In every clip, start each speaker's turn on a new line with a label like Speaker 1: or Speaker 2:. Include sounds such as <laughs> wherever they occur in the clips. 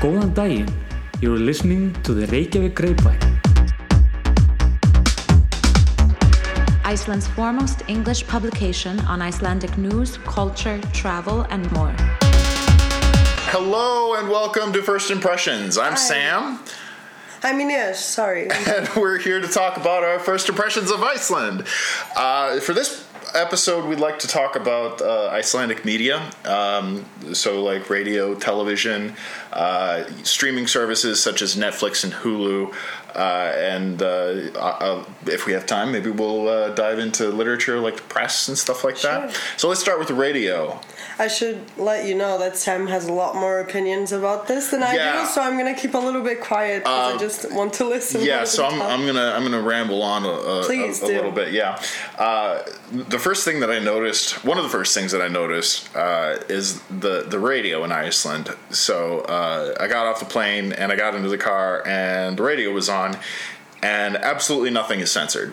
Speaker 1: Góðan daginn. You're listening to the Reykjavík Grapevine.
Speaker 2: Iceland's foremost English publication on Icelandic news, culture, travel, and more.
Speaker 3: Hello and welcome to First Impressions. I'm Sam,
Speaker 4: I mean, yes, sorry.
Speaker 3: and <laughs> we're here to talk about our first impressions of Iceland. Uh, for this episode, we'd like to talk about uh, Icelandic media, um, so like radio, television, uh, streaming services such as Netflix and Hulu. Uh, and uh, uh, if we have time, maybe we'll uh, dive into literature like the press and stuff like that.
Speaker 4: Sure.
Speaker 3: So let's start with radio.
Speaker 4: I should let you know that Sam has a lot more opinions about this than I
Speaker 3: Yeah. Um,
Speaker 4: do, so I'm gonna keep a little bit quiet because I just want to listen.
Speaker 3: yeah
Speaker 4: more
Speaker 3: so
Speaker 4: than
Speaker 3: I'm,
Speaker 4: talk.
Speaker 3: I'm gonna i'm gonna ramble on a, a,
Speaker 4: Please
Speaker 3: a, a
Speaker 4: do.
Speaker 3: little bit yeah uh, the first thing that i noticed one of the first things that i noticed uh, is the the radio in iceland so uh, i got off the plane and i got into the car and the radio was on and absolutely nothing is censored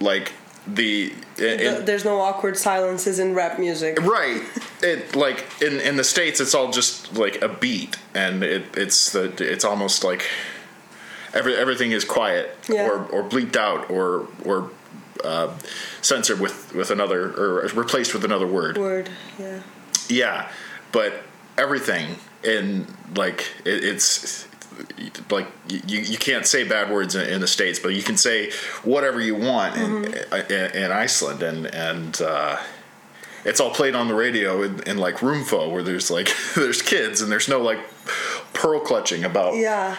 Speaker 3: like the in-
Speaker 4: Th- There's no awkward silences in rap music.
Speaker 3: Right. It like in in the states, it's all just like a beat, and it it's the it's almost like every everything is quiet
Speaker 4: Yeah.
Speaker 3: or or bleeped out or or uh, censored with with another or replaced with another word.
Speaker 4: Word, yeah.
Speaker 3: Yeah, but everything in like it, it's like you you can't say bad words in, in the states, but you can say whatever you want in, in, in Iceland, and and uh, it's all played on the radio in, in like Roomfo, where there's like <laughs> there's kids and there's no like pearl clutching about
Speaker 4: Yeah.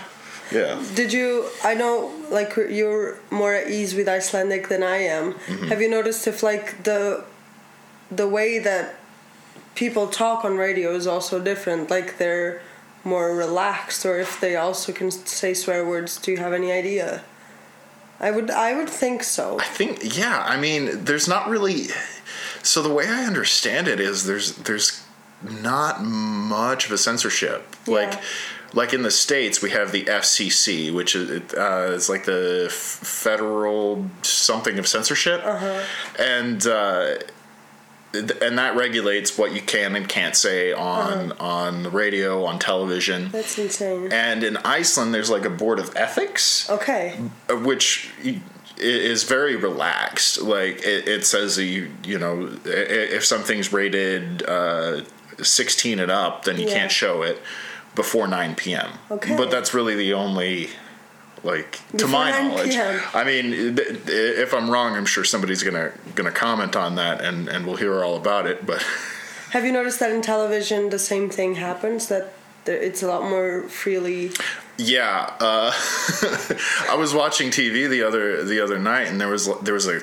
Speaker 3: yeah.
Speaker 4: Did you? I know, like you're more at ease with Icelandic than I am. Have you noticed if like the the way that people talk on radio is also different? Like they're more relaxed, or if they also can say swear words? Do you have any idea? I would. I would think so.
Speaker 3: I think yeah. I mean, there's not really. So the way I understand it is there's there's not much of a censorship. Like
Speaker 4: Yeah.
Speaker 3: like in the states we have the FCC, which is uh, it's like the f- federal something of censorship,
Speaker 4: Uh-huh.
Speaker 3: and. Uh, th- and that regulates what you can and can't say on on the radio, on television.
Speaker 4: Uh-huh. That's insane.
Speaker 3: And in Iceland, there's like a board of ethics
Speaker 4: Okay.
Speaker 3: uh, which i- is very relaxed. Like it, it says, that you you know, i- i- if something's rated uh, 16 and up, then you
Speaker 4: Yeah.
Speaker 3: can't show it before 9 p.m.
Speaker 4: Okay.
Speaker 3: But that's really the only. Like to
Speaker 4: Before
Speaker 3: my
Speaker 4: 9
Speaker 3: knowledge,
Speaker 4: p.m..
Speaker 3: I mean, th- i- if I'm wrong, I'm sure somebody's gonna gonna comment on that, and and we'll hear all about it. But
Speaker 4: Have you noticed that in television the same thing happens? That there, it's a lot more freely.
Speaker 3: Yeah, uh, <laughs> I was watching TV the other the other night, and there was there was a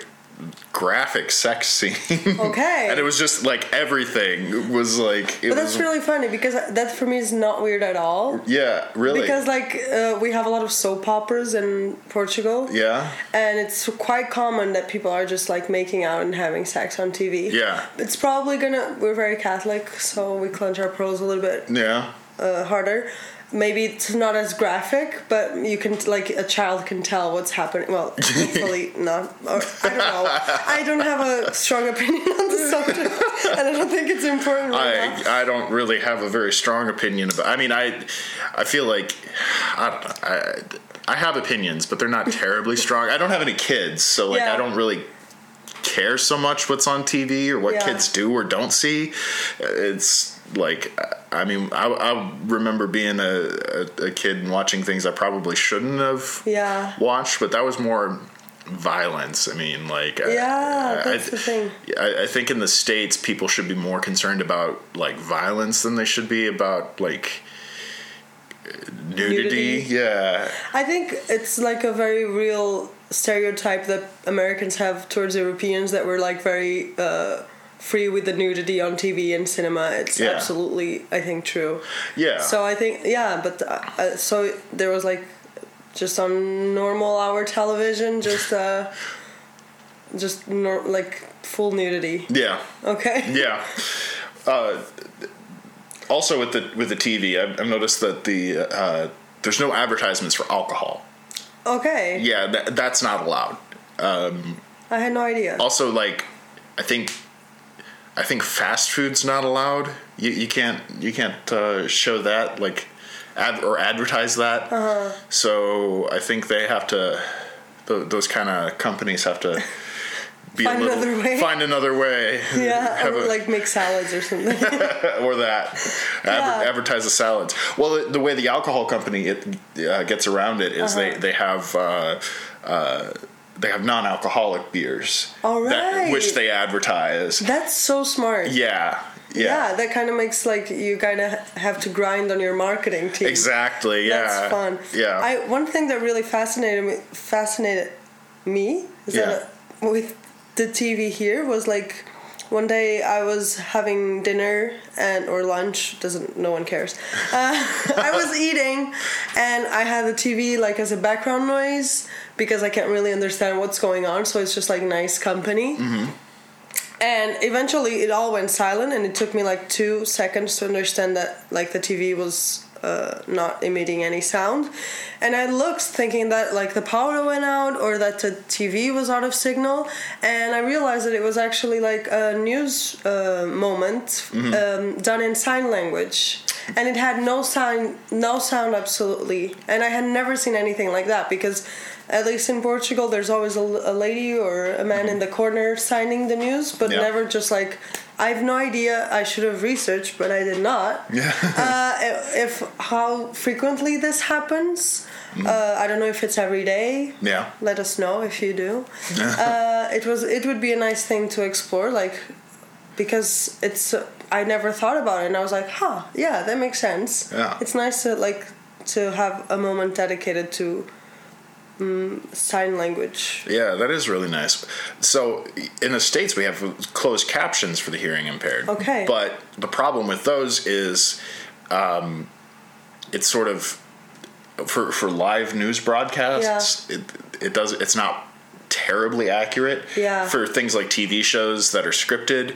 Speaker 3: graphic sex scene.
Speaker 4: Okay.
Speaker 3: <laughs> and it was just like everything was like it
Speaker 4: But that's
Speaker 3: was
Speaker 4: really funny because that for me is not weird at all.
Speaker 3: yeah really
Speaker 4: Because like uh, we have a lot of soap operas in Portugal,
Speaker 3: yeah
Speaker 4: and it's quite common that people are just like making out and having sex on TV.
Speaker 3: Yeah.
Speaker 4: it's probably gonna. We're very Catholic, so we clench our pearls a little bit
Speaker 3: yeah
Speaker 4: uh, harder. Maybe it's not as graphic, but you can like a child can tell what's
Speaker 3: <laughs>
Speaker 4: happening. Well, hopefully not. Or, I don't know. I don't have a strong opinion on the subject, and I don't think it's important. Right now.
Speaker 3: I I don't really have a very strong opinion about. I mean I I feel like I don't know I I have opinions, but they're
Speaker 4: <laughs>
Speaker 3: not terribly strong. I don't have any kids, so like
Speaker 4: Yeah.
Speaker 3: I don't really care so much what's on TV or what
Speaker 4: Yeah.
Speaker 3: kids do or don't see. It's like I mean I, I remember being a, a a kid and watching things I probably shouldn't have
Speaker 4: Yeah.
Speaker 3: watched, but that was more violence. I mean like I-
Speaker 4: Yeah,
Speaker 3: I- I-
Speaker 4: that's the thing.
Speaker 3: I, I think in the states people should be more concerned about like violence than they should be about like nudity.
Speaker 4: Nudity.
Speaker 3: Yeah,
Speaker 4: I think it's like a very real stereotype that Americans have towards Europeans that we're like very uh, free with the nudity on TV and cinema. It's
Speaker 3: Yeah.
Speaker 4: absolutely, I think, true.
Speaker 3: yeah.
Speaker 4: So I think, yeah, but uh, uh, so there was like just on normal hour television, just uh, just nor- like full nudity.
Speaker 3: yeah,
Speaker 4: Okay.
Speaker 3: yeah. Uh, also with the with the TV, I've, I've noticed that the uh, there's no advertisements for alcohol.
Speaker 4: Okay.
Speaker 3: Yeah, that, that's not allowed.
Speaker 4: I had no idea.
Speaker 3: Also, like I think. I think fast food's not allowed. You, you can't you can't uh, show that like ad- or advertise that.
Speaker 4: Uh-huh.
Speaker 3: So I think they have to. Th- those kind of companies have to. Be
Speaker 4: Find
Speaker 3: a little,
Speaker 4: another way.
Speaker 3: Find another way. <laughs>
Speaker 4: Yeah,
Speaker 3: Have
Speaker 4: or
Speaker 3: a-
Speaker 4: like make salads
Speaker 3: <laughs>
Speaker 4: or something.
Speaker 3: or that Adver-
Speaker 4: Yeah.
Speaker 3: advertise the salads. Well, the, the way the alcohol company it uh, gets around it is
Speaker 4: Uh-huh.
Speaker 3: they they have. Uh, uh, they have non-alcoholic beers,
Speaker 4: All
Speaker 3: that- which
Speaker 4: right.
Speaker 3: they advertise.
Speaker 4: That's so smart.
Speaker 3: Yeah,
Speaker 4: Yeah,
Speaker 3: yeah,
Speaker 4: that kind of makes like you kind of have to grind on your marketing team.
Speaker 3: exactly. Yeah,
Speaker 4: That's fun.
Speaker 3: Yeah,
Speaker 4: I one thing that really fascinated me fascinated me is that uh, with the TV here was like one day I was having dinner and or lunch doesn't no one cares. Uh, <laughs> I
Speaker 3: <laughs>
Speaker 4: was eating and I had the TV like as a background noise because I can't really understand what's going on, so it's just like nice company. And eventually it all went silent, and it took me like two seconds to understand that like the TV was uh, not emitting any sound. And I looked thinking that like the power went out or that the TV was out of signal, and I realized that it was actually like a news uh, moment um, done in sign language. And it had no sign, no sound, absolutely. And I had never seen anything like that because at least in Portugal, there's always a, a lady or a man in the corner signing the news, but
Speaker 3: Yeah.
Speaker 4: never just like, I have no idea, I should have researched, but I did
Speaker 3: <laughs>
Speaker 4: not. Yeah. uh, i- if how frequently this happens, uh, I don't know if it's every day.
Speaker 3: Mm. yeah.
Speaker 4: Let us know if you
Speaker 3: <laughs>
Speaker 4: do. uh, it was. It would be a nice thing to explore, like because it's. uh, I never thought about it, and I was like, "Huh, yeah, that makes sense."
Speaker 3: Yeah.
Speaker 4: It's nice to like to have a moment dedicated to mm, sign language.
Speaker 3: Yeah, that is really nice. So in the states, we have closed captions for the hearing impaired.
Speaker 4: Okay.
Speaker 3: But the problem with those is, um, it's sort of for for live news broadcasts. It it does it's not terribly accurate.
Speaker 4: Yeah. Uh-huh.
Speaker 3: For things like TV shows that are scripted,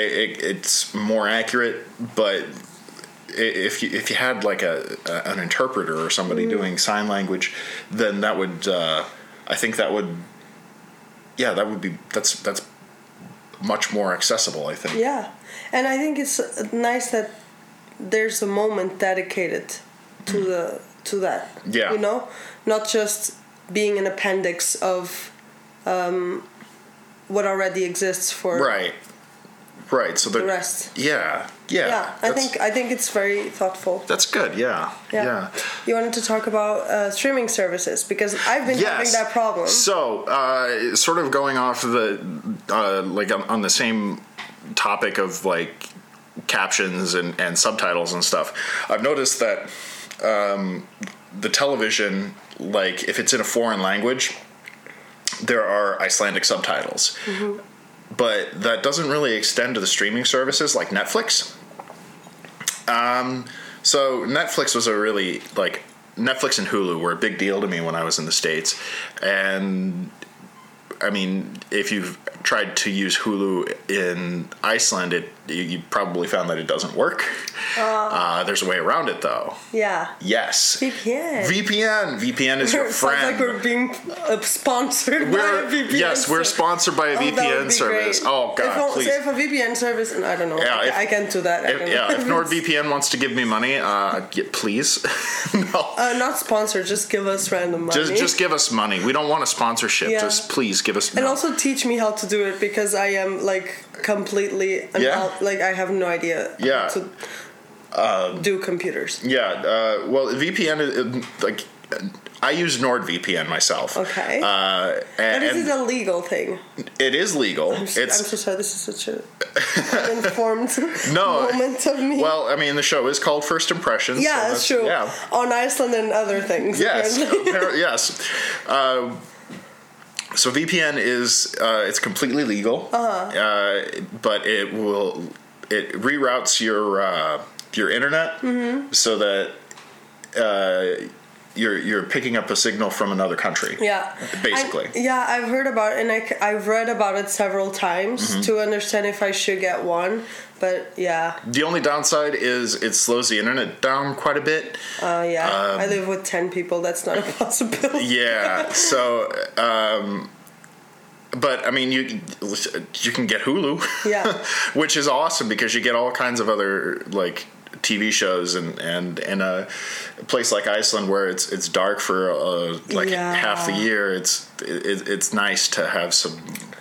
Speaker 3: it, it, it's more accurate, but. i- If you if you had like a, a an interpreter or somebody
Speaker 4: Mm.
Speaker 3: doing sign language, then that would uh, I think that would yeah, that would be that's that's much more accessible. I think.
Speaker 4: Yeah, and I think it's uh, nice that there's a moment dedicated to the to that.
Speaker 3: Yeah.
Speaker 4: you know, not just being an appendix of um, what already exists for
Speaker 3: Right. Right. So the,
Speaker 4: the rest.
Speaker 3: Yeah. Yeah.
Speaker 4: Yeah, I
Speaker 3: that's-
Speaker 4: think I think it's very thoughtful.
Speaker 3: that's good. Yeah.
Speaker 4: Yeah.
Speaker 3: Yeah.
Speaker 4: You wanted to talk about uh, streaming services because I've been having
Speaker 3: Yes.
Speaker 4: that problem.
Speaker 3: So, uh, sort of going off the uh, like on, on the same topic of like captions and, and subtitles and stuff. I've noticed that um, the television, like if it's in a foreign language, there are Icelandic subtitles,
Speaker 4: Mm-hmm.
Speaker 3: but that doesn't really extend to the streaming services like Netflix. So Netflix was a really like Netflix and Hulu were a big deal to me when I was in the states, and I mean, if you've tried to use Hulu in Iceland, it you, you probably found that it doesn't work. Uh,
Speaker 4: Oh.
Speaker 3: there's a way around it though.
Speaker 4: yeah.
Speaker 3: Yes,
Speaker 4: VPN.
Speaker 3: VPN, VPN
Speaker 4: <laughs>
Speaker 3: is your
Speaker 4: Sounds like
Speaker 3: friend.
Speaker 4: we're being uh, sponsored by a
Speaker 3: We're-
Speaker 4: VPN.
Speaker 3: yes, we're
Speaker 4: service.
Speaker 3: sponsored by a
Speaker 4: Oh, that would
Speaker 3: VPN
Speaker 4: be
Speaker 3: service.
Speaker 4: great.
Speaker 3: Oh
Speaker 4: if,
Speaker 3: god,
Speaker 4: all-
Speaker 3: please.
Speaker 4: say if a VPN service, and I don't know,
Speaker 3: Yeah,
Speaker 4: I,
Speaker 3: if-
Speaker 4: I can't do that. I
Speaker 3: If-
Speaker 4: don't
Speaker 3: yeah,
Speaker 4: <laughs>
Speaker 3: if
Speaker 4: know.
Speaker 3: NordVPN wants to give me money, uh, yeah, please. <laughs> no.
Speaker 4: <laughs> uh, not sponsored, just give us random money.
Speaker 3: Just, just give us money. We don't want a sponsorship.
Speaker 4: Yeah.
Speaker 3: Just please give us.
Speaker 4: and
Speaker 3: no.
Speaker 4: also teach me how to do it because I am like completely an
Speaker 3: Yeah.
Speaker 4: out- like I have no idea
Speaker 3: Yeah. Um,
Speaker 4: how to do computers.
Speaker 3: yeah. Uh, well, VPN is uh, like uh, I use NordVPN myself.
Speaker 4: Okay.
Speaker 3: Uh,
Speaker 4: And
Speaker 3: and,
Speaker 4: this is
Speaker 3: and
Speaker 4: a legal thing.
Speaker 3: it is legal.
Speaker 4: I'm
Speaker 3: it's
Speaker 4: so sorry. This is
Speaker 3: <laughs>
Speaker 4: such a uninformed
Speaker 3: No,
Speaker 4: <laughs> moment of me.
Speaker 3: well, I mean, the show is called First Impressions. so
Speaker 4: yeah, that's true.
Speaker 3: Yeah.
Speaker 4: On Iceland and other things.
Speaker 3: Yes.
Speaker 4: apparently.
Speaker 3: appar- yes. Uh, so VPN is uh, it's completely legal, uh-huh. but it will it reroutes your uh, your internet
Speaker 4: Mm-hmm.
Speaker 3: so that uh, you're you're picking up a signal from another country.
Speaker 4: Yeah.
Speaker 3: Basically.
Speaker 4: I- yeah, I've heard about it and I, have read about it several times
Speaker 3: Mm-hmm.
Speaker 4: to understand if I should get one. But yeah,
Speaker 3: The only downside is it slows the internet down quite a bit.
Speaker 4: uh, yeah. I live with 10 people. That's not a <laughs> possibility.
Speaker 3: Um, Yeah. So, um, but I mean, you you can get Hulu,
Speaker 4: Yeah.
Speaker 3: <laughs> which is awesome because you get all kinds of other like TV shows and and in a place like Iceland where it's it's dark for uh, like
Speaker 4: Yeah.
Speaker 3: half the year, it's it, it's nice to have some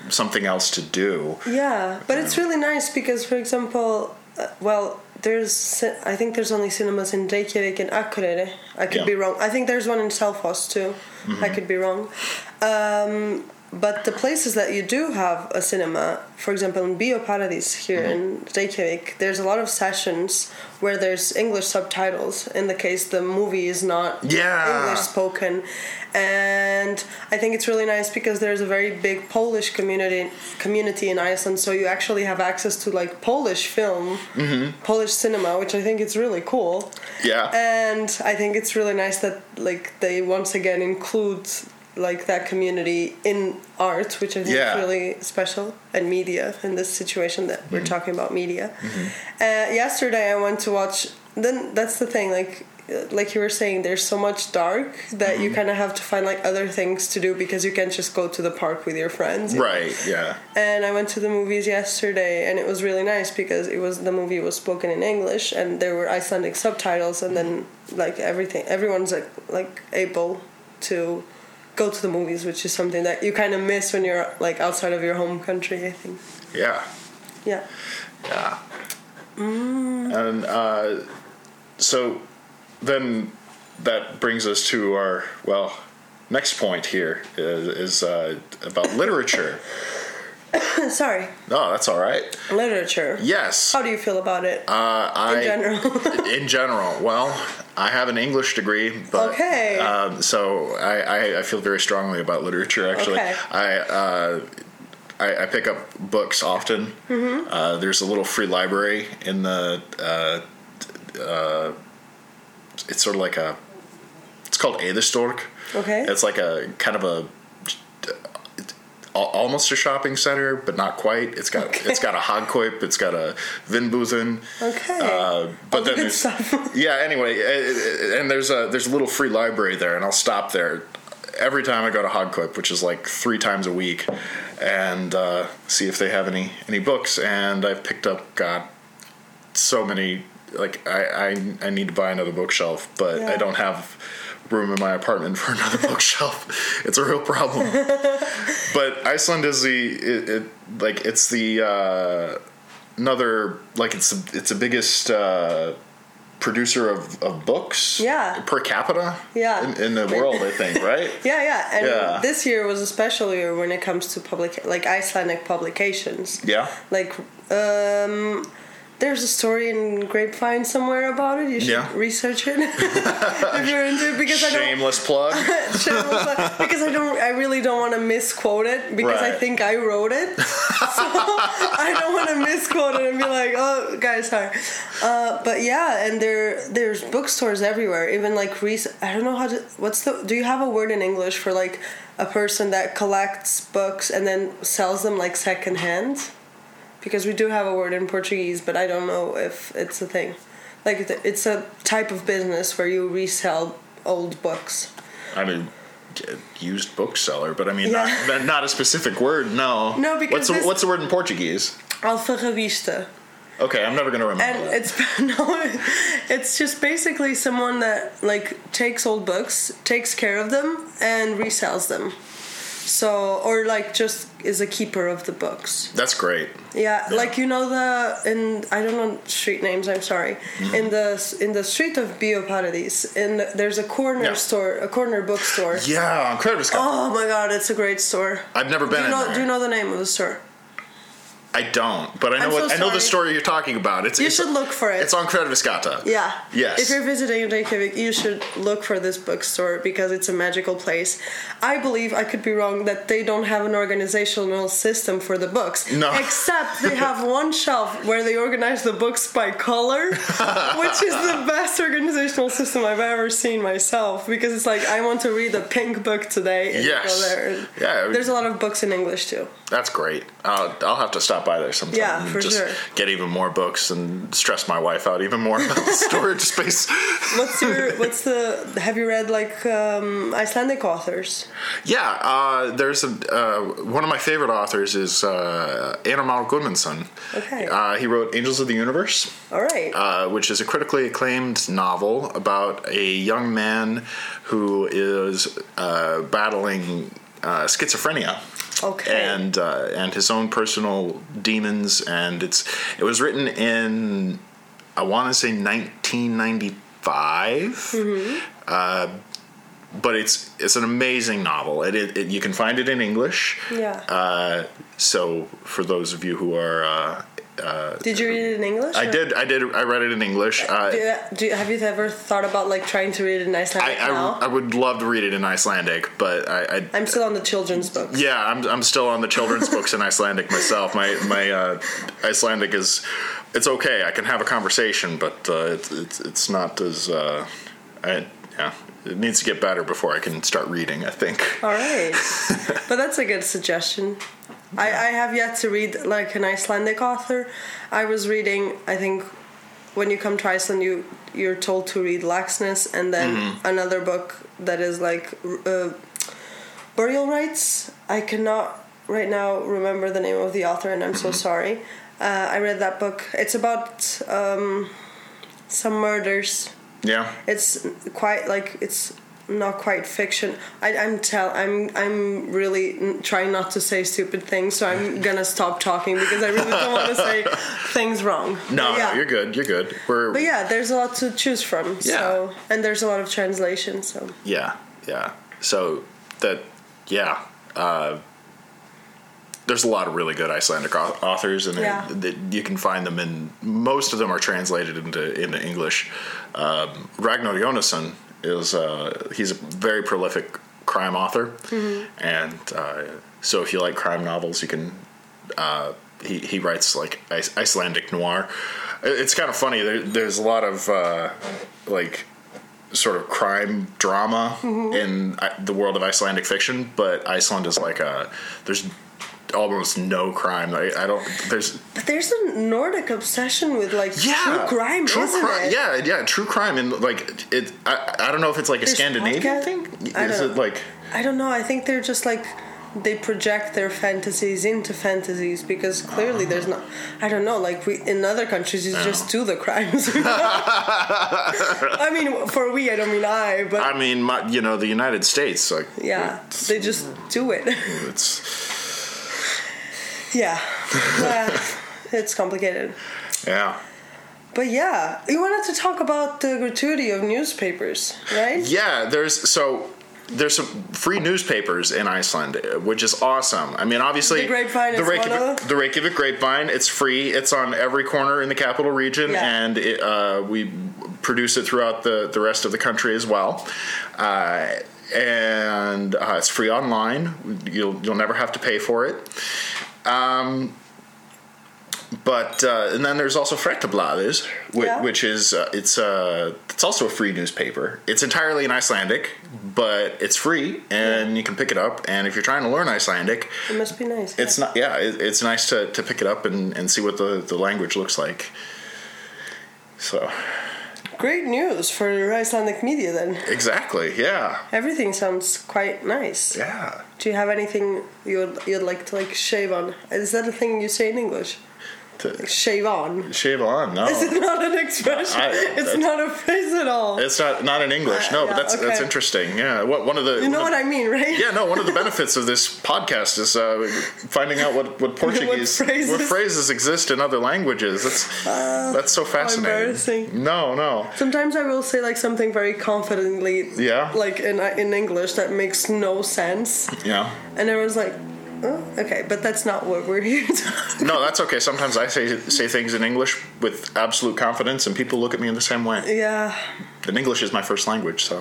Speaker 3: something else to do.
Speaker 4: Yeah, but it's really nice because, for example, uh, well, there's ci- I think there's only cinemas in Reykjavik and Akureyri. I
Speaker 3: Yeah.
Speaker 4: could
Speaker 3: Mm-hmm.
Speaker 4: be wrong. I think there's one in Selfoss too. I could be wrong. Um, but the places that you do have a cinema, for example, in Bioparadis
Speaker 3: Mm-hmm.
Speaker 4: here in Reykjavik, there's a lot of sessions where there's English subtitles in the case the movie is not
Speaker 3: Yeah.
Speaker 4: English spoken. And I think it's really nice because there's a very big Polish community community in Iceland, so you actually have access to like Polish film, Polish cinema, which I think it's really cool.
Speaker 3: Mm-hmm. Yeah.
Speaker 4: And I think it's really nice that like they once again include like that community in art, which I think
Speaker 3: Yeah.
Speaker 4: is really special, and media in this situation that we're talking about media. Uh, yesterday I went to watch. Then that's the thing, like uh, like you were saying, there's so much dark that you kind of have to find like other things to do because you can't just go to the park with your friends. you know?
Speaker 3: Right. Yeah.
Speaker 4: and I went to the movies yesterday, and it was really nice because it was the movie was spoken in English, and there were Icelandic subtitles, and then like everything, everyone's like like able to go to the movies, which is something that you kind of miss when you're like outside of your home country. I think,
Speaker 3: Yeah.
Speaker 4: yeah. <laughs>
Speaker 3: Yeah. And uh, so then that brings us to our, well, next point here is, is uh, about literature. <laughs>
Speaker 4: Sorry,
Speaker 3: No, that's all right.
Speaker 4: literature.
Speaker 3: Yes.
Speaker 4: How do you feel about it?
Speaker 3: Uh, I,
Speaker 4: In general. <laughs>
Speaker 3: in general, well, I have an English degree, but
Speaker 4: Okay.
Speaker 3: um, so I, I, I feel very strongly about literature. Actually,
Speaker 4: Okay.
Speaker 3: I, uh, I I pick up books often.
Speaker 4: Mm-hmm.
Speaker 3: Uh, there's a little free library in the. Uh, t- uh, it's sort of like a. It's called Edestorg.
Speaker 4: Okay.
Speaker 3: It's like a kind of a. al- Almost a shopping center, but not quite. It's got it's got a Hagkoip, it's got a Vinbuthen.
Speaker 4: Okay.
Speaker 3: Uh, but
Speaker 4: All
Speaker 3: then
Speaker 4: the Oh, good
Speaker 3: there's
Speaker 4: stuff. <laughs>
Speaker 3: yeah. Anyway, uh, uh, and there's a there's a little free library there, and I'll stop there every time I go to Hogquip, which is like three times a week, and uh, see if they have any any books. And I've picked up God, so many. Like I I, I need to buy another bookshelf, but I
Speaker 4: Yeah.
Speaker 3: don't have room in my apartment <laughs> for another bookshelf. It's a real problem. but Iceland is the it, it like it's the uh, another like it's the- it's the biggest uh, producer of, of books
Speaker 4: Yeah.
Speaker 3: per capita
Speaker 4: Yeah.
Speaker 3: in, in the world I think
Speaker 4: <laughs>
Speaker 3: right
Speaker 4: Yeah, yeah, and
Speaker 3: Yeah.
Speaker 4: this year was a special year when it comes to public, like Icelandic publications.
Speaker 3: yeah
Speaker 4: Like, um, there's a story in Grapevine somewhere about it. You should
Speaker 3: Yeah.
Speaker 4: research it <laughs> if you're into it, because I don't.
Speaker 3: shameless
Speaker 4: <laughs>
Speaker 3: plug
Speaker 4: shameless, like, because I don't, I really don't want to misquote it because I
Speaker 3: Right.
Speaker 4: think I wrote it, so I don't want to misquote it and be like, oh, guys, sorry. Uh, but yeah, and there, there's bookstores everywhere. Even like rec- I don't know how to. What's the? Do you have a word in English for like a person that collects books and then sells them like secondhand? Because we do have a word in Portuguese, but I don't know if it's a thing. Like th- it's a type of business where you resell old books.
Speaker 3: I mean d- used bookseller but I mean
Speaker 4: Yeah.
Speaker 3: not not a specific word no
Speaker 4: No, because
Speaker 3: what's the,
Speaker 4: this-
Speaker 3: what's the word in Portuguese
Speaker 4: Alfa Revista.
Speaker 3: okay I'm never gonna remember
Speaker 4: And
Speaker 3: that.
Speaker 4: it's <laughs> no, it's just basically someone that like takes old books, takes care of them, and resells them. So or like just is a keeper of the books.
Speaker 3: that's great
Speaker 4: Yeah, like you know the in I don't know street names. I'm sorry.
Speaker 3: Mm-hmm.
Speaker 4: In the in the street of Bioparadis, in the, there's a corner
Speaker 3: Yeah.
Speaker 4: store, a corner bookstore.
Speaker 3: yeah on Credit Scott.
Speaker 4: Oh my god, it's a great store.
Speaker 3: I've never
Speaker 4: Do
Speaker 3: been
Speaker 4: you
Speaker 3: in
Speaker 4: know?
Speaker 3: there.
Speaker 4: Do you know the name of the store?
Speaker 3: I don't, but I know
Speaker 4: I'm
Speaker 3: what
Speaker 4: so
Speaker 3: I know the
Speaker 4: sorry.
Speaker 3: story you're talking about. It's
Speaker 4: You
Speaker 3: it's,
Speaker 4: should look for it.
Speaker 3: It's on Krediviskata.
Speaker 4: Yeah.
Speaker 3: Yes.
Speaker 4: If you're visiting Reykjavik, you should look for this bookstore because it's a magical place. I believe I could be wrong that they don't have an organizational system for the books.
Speaker 3: No. <laughs>
Speaker 4: Except they have one shelf where they organize the books by
Speaker 3: <laughs>
Speaker 4: color, which is the best organizational system I've ever seen myself because it's like I want to read a pink book today and
Speaker 3: Yes.
Speaker 4: go there.
Speaker 3: Yeah, I mean-
Speaker 4: There's a lot of books in English too.
Speaker 3: That's great. Uh, I'll have to stop stop by there sometime.
Speaker 4: Yeah,
Speaker 3: and
Speaker 4: for
Speaker 3: just
Speaker 4: sure.
Speaker 3: Get even more books and stress my wife out even more about
Speaker 4: <laughs>
Speaker 3: storage space.
Speaker 4: What's your what's the have you read like um, Icelandic authors?
Speaker 3: Yeah, uh, there's a, uh, one of my favorite authors is uh, Anna Mal Goodmanson.
Speaker 4: Okay.
Speaker 3: Uh, he wrote Angels of the Universe,
Speaker 4: All right.
Speaker 3: uh, which is a critically acclaimed novel about a young man who is uh, battling uh, schizophrenia.
Speaker 4: Okay.
Speaker 3: And uh, and his own personal demons, and it's it was written in I want to say 1995
Speaker 4: Mm-hmm.
Speaker 3: Uh, but it's it's an amazing novel. It, it, it you can find it in English.
Speaker 4: Yeah.
Speaker 3: Uh, so for those of you who are, uh,
Speaker 4: did you read it in English?
Speaker 3: I
Speaker 4: or-
Speaker 3: did I did I read it in English.
Speaker 4: Do
Speaker 3: Uh,
Speaker 4: you, do you- have you ever thought about like trying to read it in
Speaker 3: I,
Speaker 4: Icelandic now?
Speaker 3: I, I would love to read it in Icelandic, but I, I
Speaker 4: am still on the children's books.
Speaker 3: yeah I'm I'm still on the
Speaker 4: <laughs>
Speaker 3: children's books in Icelandic myself. My my uh, Icelandic is it's okay. I can have a conversation, but uh, it's, it's it's not as uh, I yeah. It needs to get better before I can start reading. I think.
Speaker 4: All right, but that's a good suggestion. I, I have yet to read like an Icelandic author. I was reading. I think when you come to Iceland, you you're told to read Laxness and then another book that is like uh, burial rites. I cannot right now remember the name of the author, and I'm so sorry. Uh, I read that book. It's about um, some murders
Speaker 3: Yeah.
Speaker 4: it's quite like it's not quite fiction. I, I'm tell I'm I'm really n- trying not to say stupid things, so
Speaker 3: <laughs>
Speaker 4: I'm gonna stop talking because I really don't want to say things wrong.
Speaker 3: No,
Speaker 4: But yeah.
Speaker 3: no, you're good. You're good. We're
Speaker 4: But yeah, there's a lot to choose from. So
Speaker 3: Yeah.
Speaker 4: and there's a lot of translation. So
Speaker 3: Yeah, yeah. So that, yeah. Uh, there's a lot of really good Icelandic au- authors, and
Speaker 4: Yeah.
Speaker 3: that you can find them in. Most of them are translated into into English. Um, Ragnar Jonasson is uh, he's a very prolific crime author, and uh, so if you like crime novels, you can. Uh, he, he writes like Ice- Icelandic noir. It- It's kind of funny. There, there's a lot of uh, like sort of crime drama in I- the world of Icelandic fiction, but Iceland is like a there's almost no crime. I, I don't there's
Speaker 4: but there's a Nordic obsession with like
Speaker 3: yeah
Speaker 4: true crime, isn't
Speaker 3: crime
Speaker 4: it?
Speaker 3: yeah yeah true crime and like it I, I don't know if it's like a
Speaker 4: There's
Speaker 3: Scandinavian
Speaker 4: podcast-
Speaker 3: thing
Speaker 4: I
Speaker 3: is
Speaker 4: don't
Speaker 3: it
Speaker 4: know.
Speaker 3: like
Speaker 4: I don't know. I think they're just like they project their fantasies into fantasies because clearly there's not. I don't know. Like we in other countries, you just do the crimes. <laughs> I mean, for we, I don't mean I, but
Speaker 3: I mean my, you know the United States like
Speaker 4: yeah,
Speaker 3: it's,
Speaker 4: they just do it. <laughs>
Speaker 3: it's
Speaker 4: yeah, Uh, it's complicated.
Speaker 3: yeah
Speaker 4: But yeah, you wanted to talk about the gratuity of newspapers, right?
Speaker 3: Yeah, there's so there's some free newspapers in Iceland, uh, which is awesome. I mean, obviously
Speaker 4: The Grapevine
Speaker 3: the
Speaker 4: is one of
Speaker 3: Reykjavik,
Speaker 4: them?
Speaker 3: the Reykjavik Grapevine. It's free. It's on every corner in the capital region,
Speaker 4: Yeah.
Speaker 3: and it, uh, we produce it throughout the the rest of the country as well. Uh, and uh, it's free online. You'll you'll never have to pay for it. Um, But uh, and then there's also Frettabladet, which,
Speaker 4: Yeah.
Speaker 3: which is uh, it's uh, it's also a free newspaper. It's entirely in Icelandic, but it's free and you can pick it up. And if you're trying to learn Icelandic,
Speaker 4: It must be nice.
Speaker 3: it's not yeah, it, it's nice to, to pick it up and, and see what the, the language looks like. So
Speaker 4: great news for Icelandic media. Then
Speaker 3: exactly, yeah,
Speaker 4: everything sounds quite nice.
Speaker 3: yeah.
Speaker 4: Do you have anything you'd you'd like to like shave on? Is that a thing you say in English?
Speaker 3: To
Speaker 4: Like shave on.
Speaker 3: shave on, no,
Speaker 4: Is it not an expression?
Speaker 3: I-
Speaker 4: it's
Speaker 3: that's-
Speaker 4: not a phrase at all.
Speaker 3: it's not not in English.
Speaker 4: Uh,
Speaker 3: No,
Speaker 4: yeah,
Speaker 3: but that's that's
Speaker 4: okay.
Speaker 3: interesting. Yeah, what one of the
Speaker 4: You know
Speaker 3: one
Speaker 4: what
Speaker 3: of-
Speaker 4: I mean, right?
Speaker 3: Yeah, no. One of the benefits of this podcast is uh, finding out
Speaker 4: <laughs>
Speaker 3: what, what Portuguese what phrases.
Speaker 4: phrases. Uh,
Speaker 3: exist in other languages. That's that's so fascinating.
Speaker 4: embarrassing.
Speaker 3: No, no.
Speaker 4: Sometimes I will say like something very confidently,
Speaker 3: Yeah.
Speaker 4: like in uh, in English that makes no sense,
Speaker 3: Yeah.
Speaker 4: and everyone's like, oh, okay, but that's not what we're here to.
Speaker 3: No, that's okay. Sometimes I say say things in English with absolute confidence, and people look at me in the same way.
Speaker 4: yeah,
Speaker 3: And English is my first language, so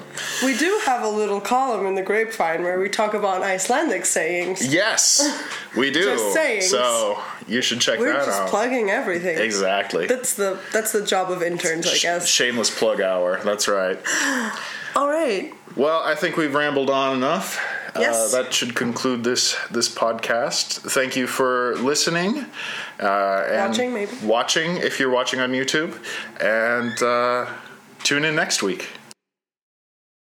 Speaker 4: we do have a little column in the Grapevine where we talk about Icelandic sayings.
Speaker 3: yes,
Speaker 4: <laughs>
Speaker 3: we do.
Speaker 4: Just saying.
Speaker 3: So you should check
Speaker 4: We're
Speaker 3: that
Speaker 4: just
Speaker 3: out.
Speaker 4: plugging everything.
Speaker 3: exactly.
Speaker 4: That's the that's the job of interns, I
Speaker 3: Sh-
Speaker 4: guess.
Speaker 3: shameless plug hour. That's right.
Speaker 4: All right.
Speaker 3: Well, I think we've rambled on enough.
Speaker 4: Yes.
Speaker 3: Uh, that should conclude this this podcast. Thank you for listening. Uh, and
Speaker 4: Watching, maybe.
Speaker 3: Watching, if you're watching on YouTube. And uh, tune in next week.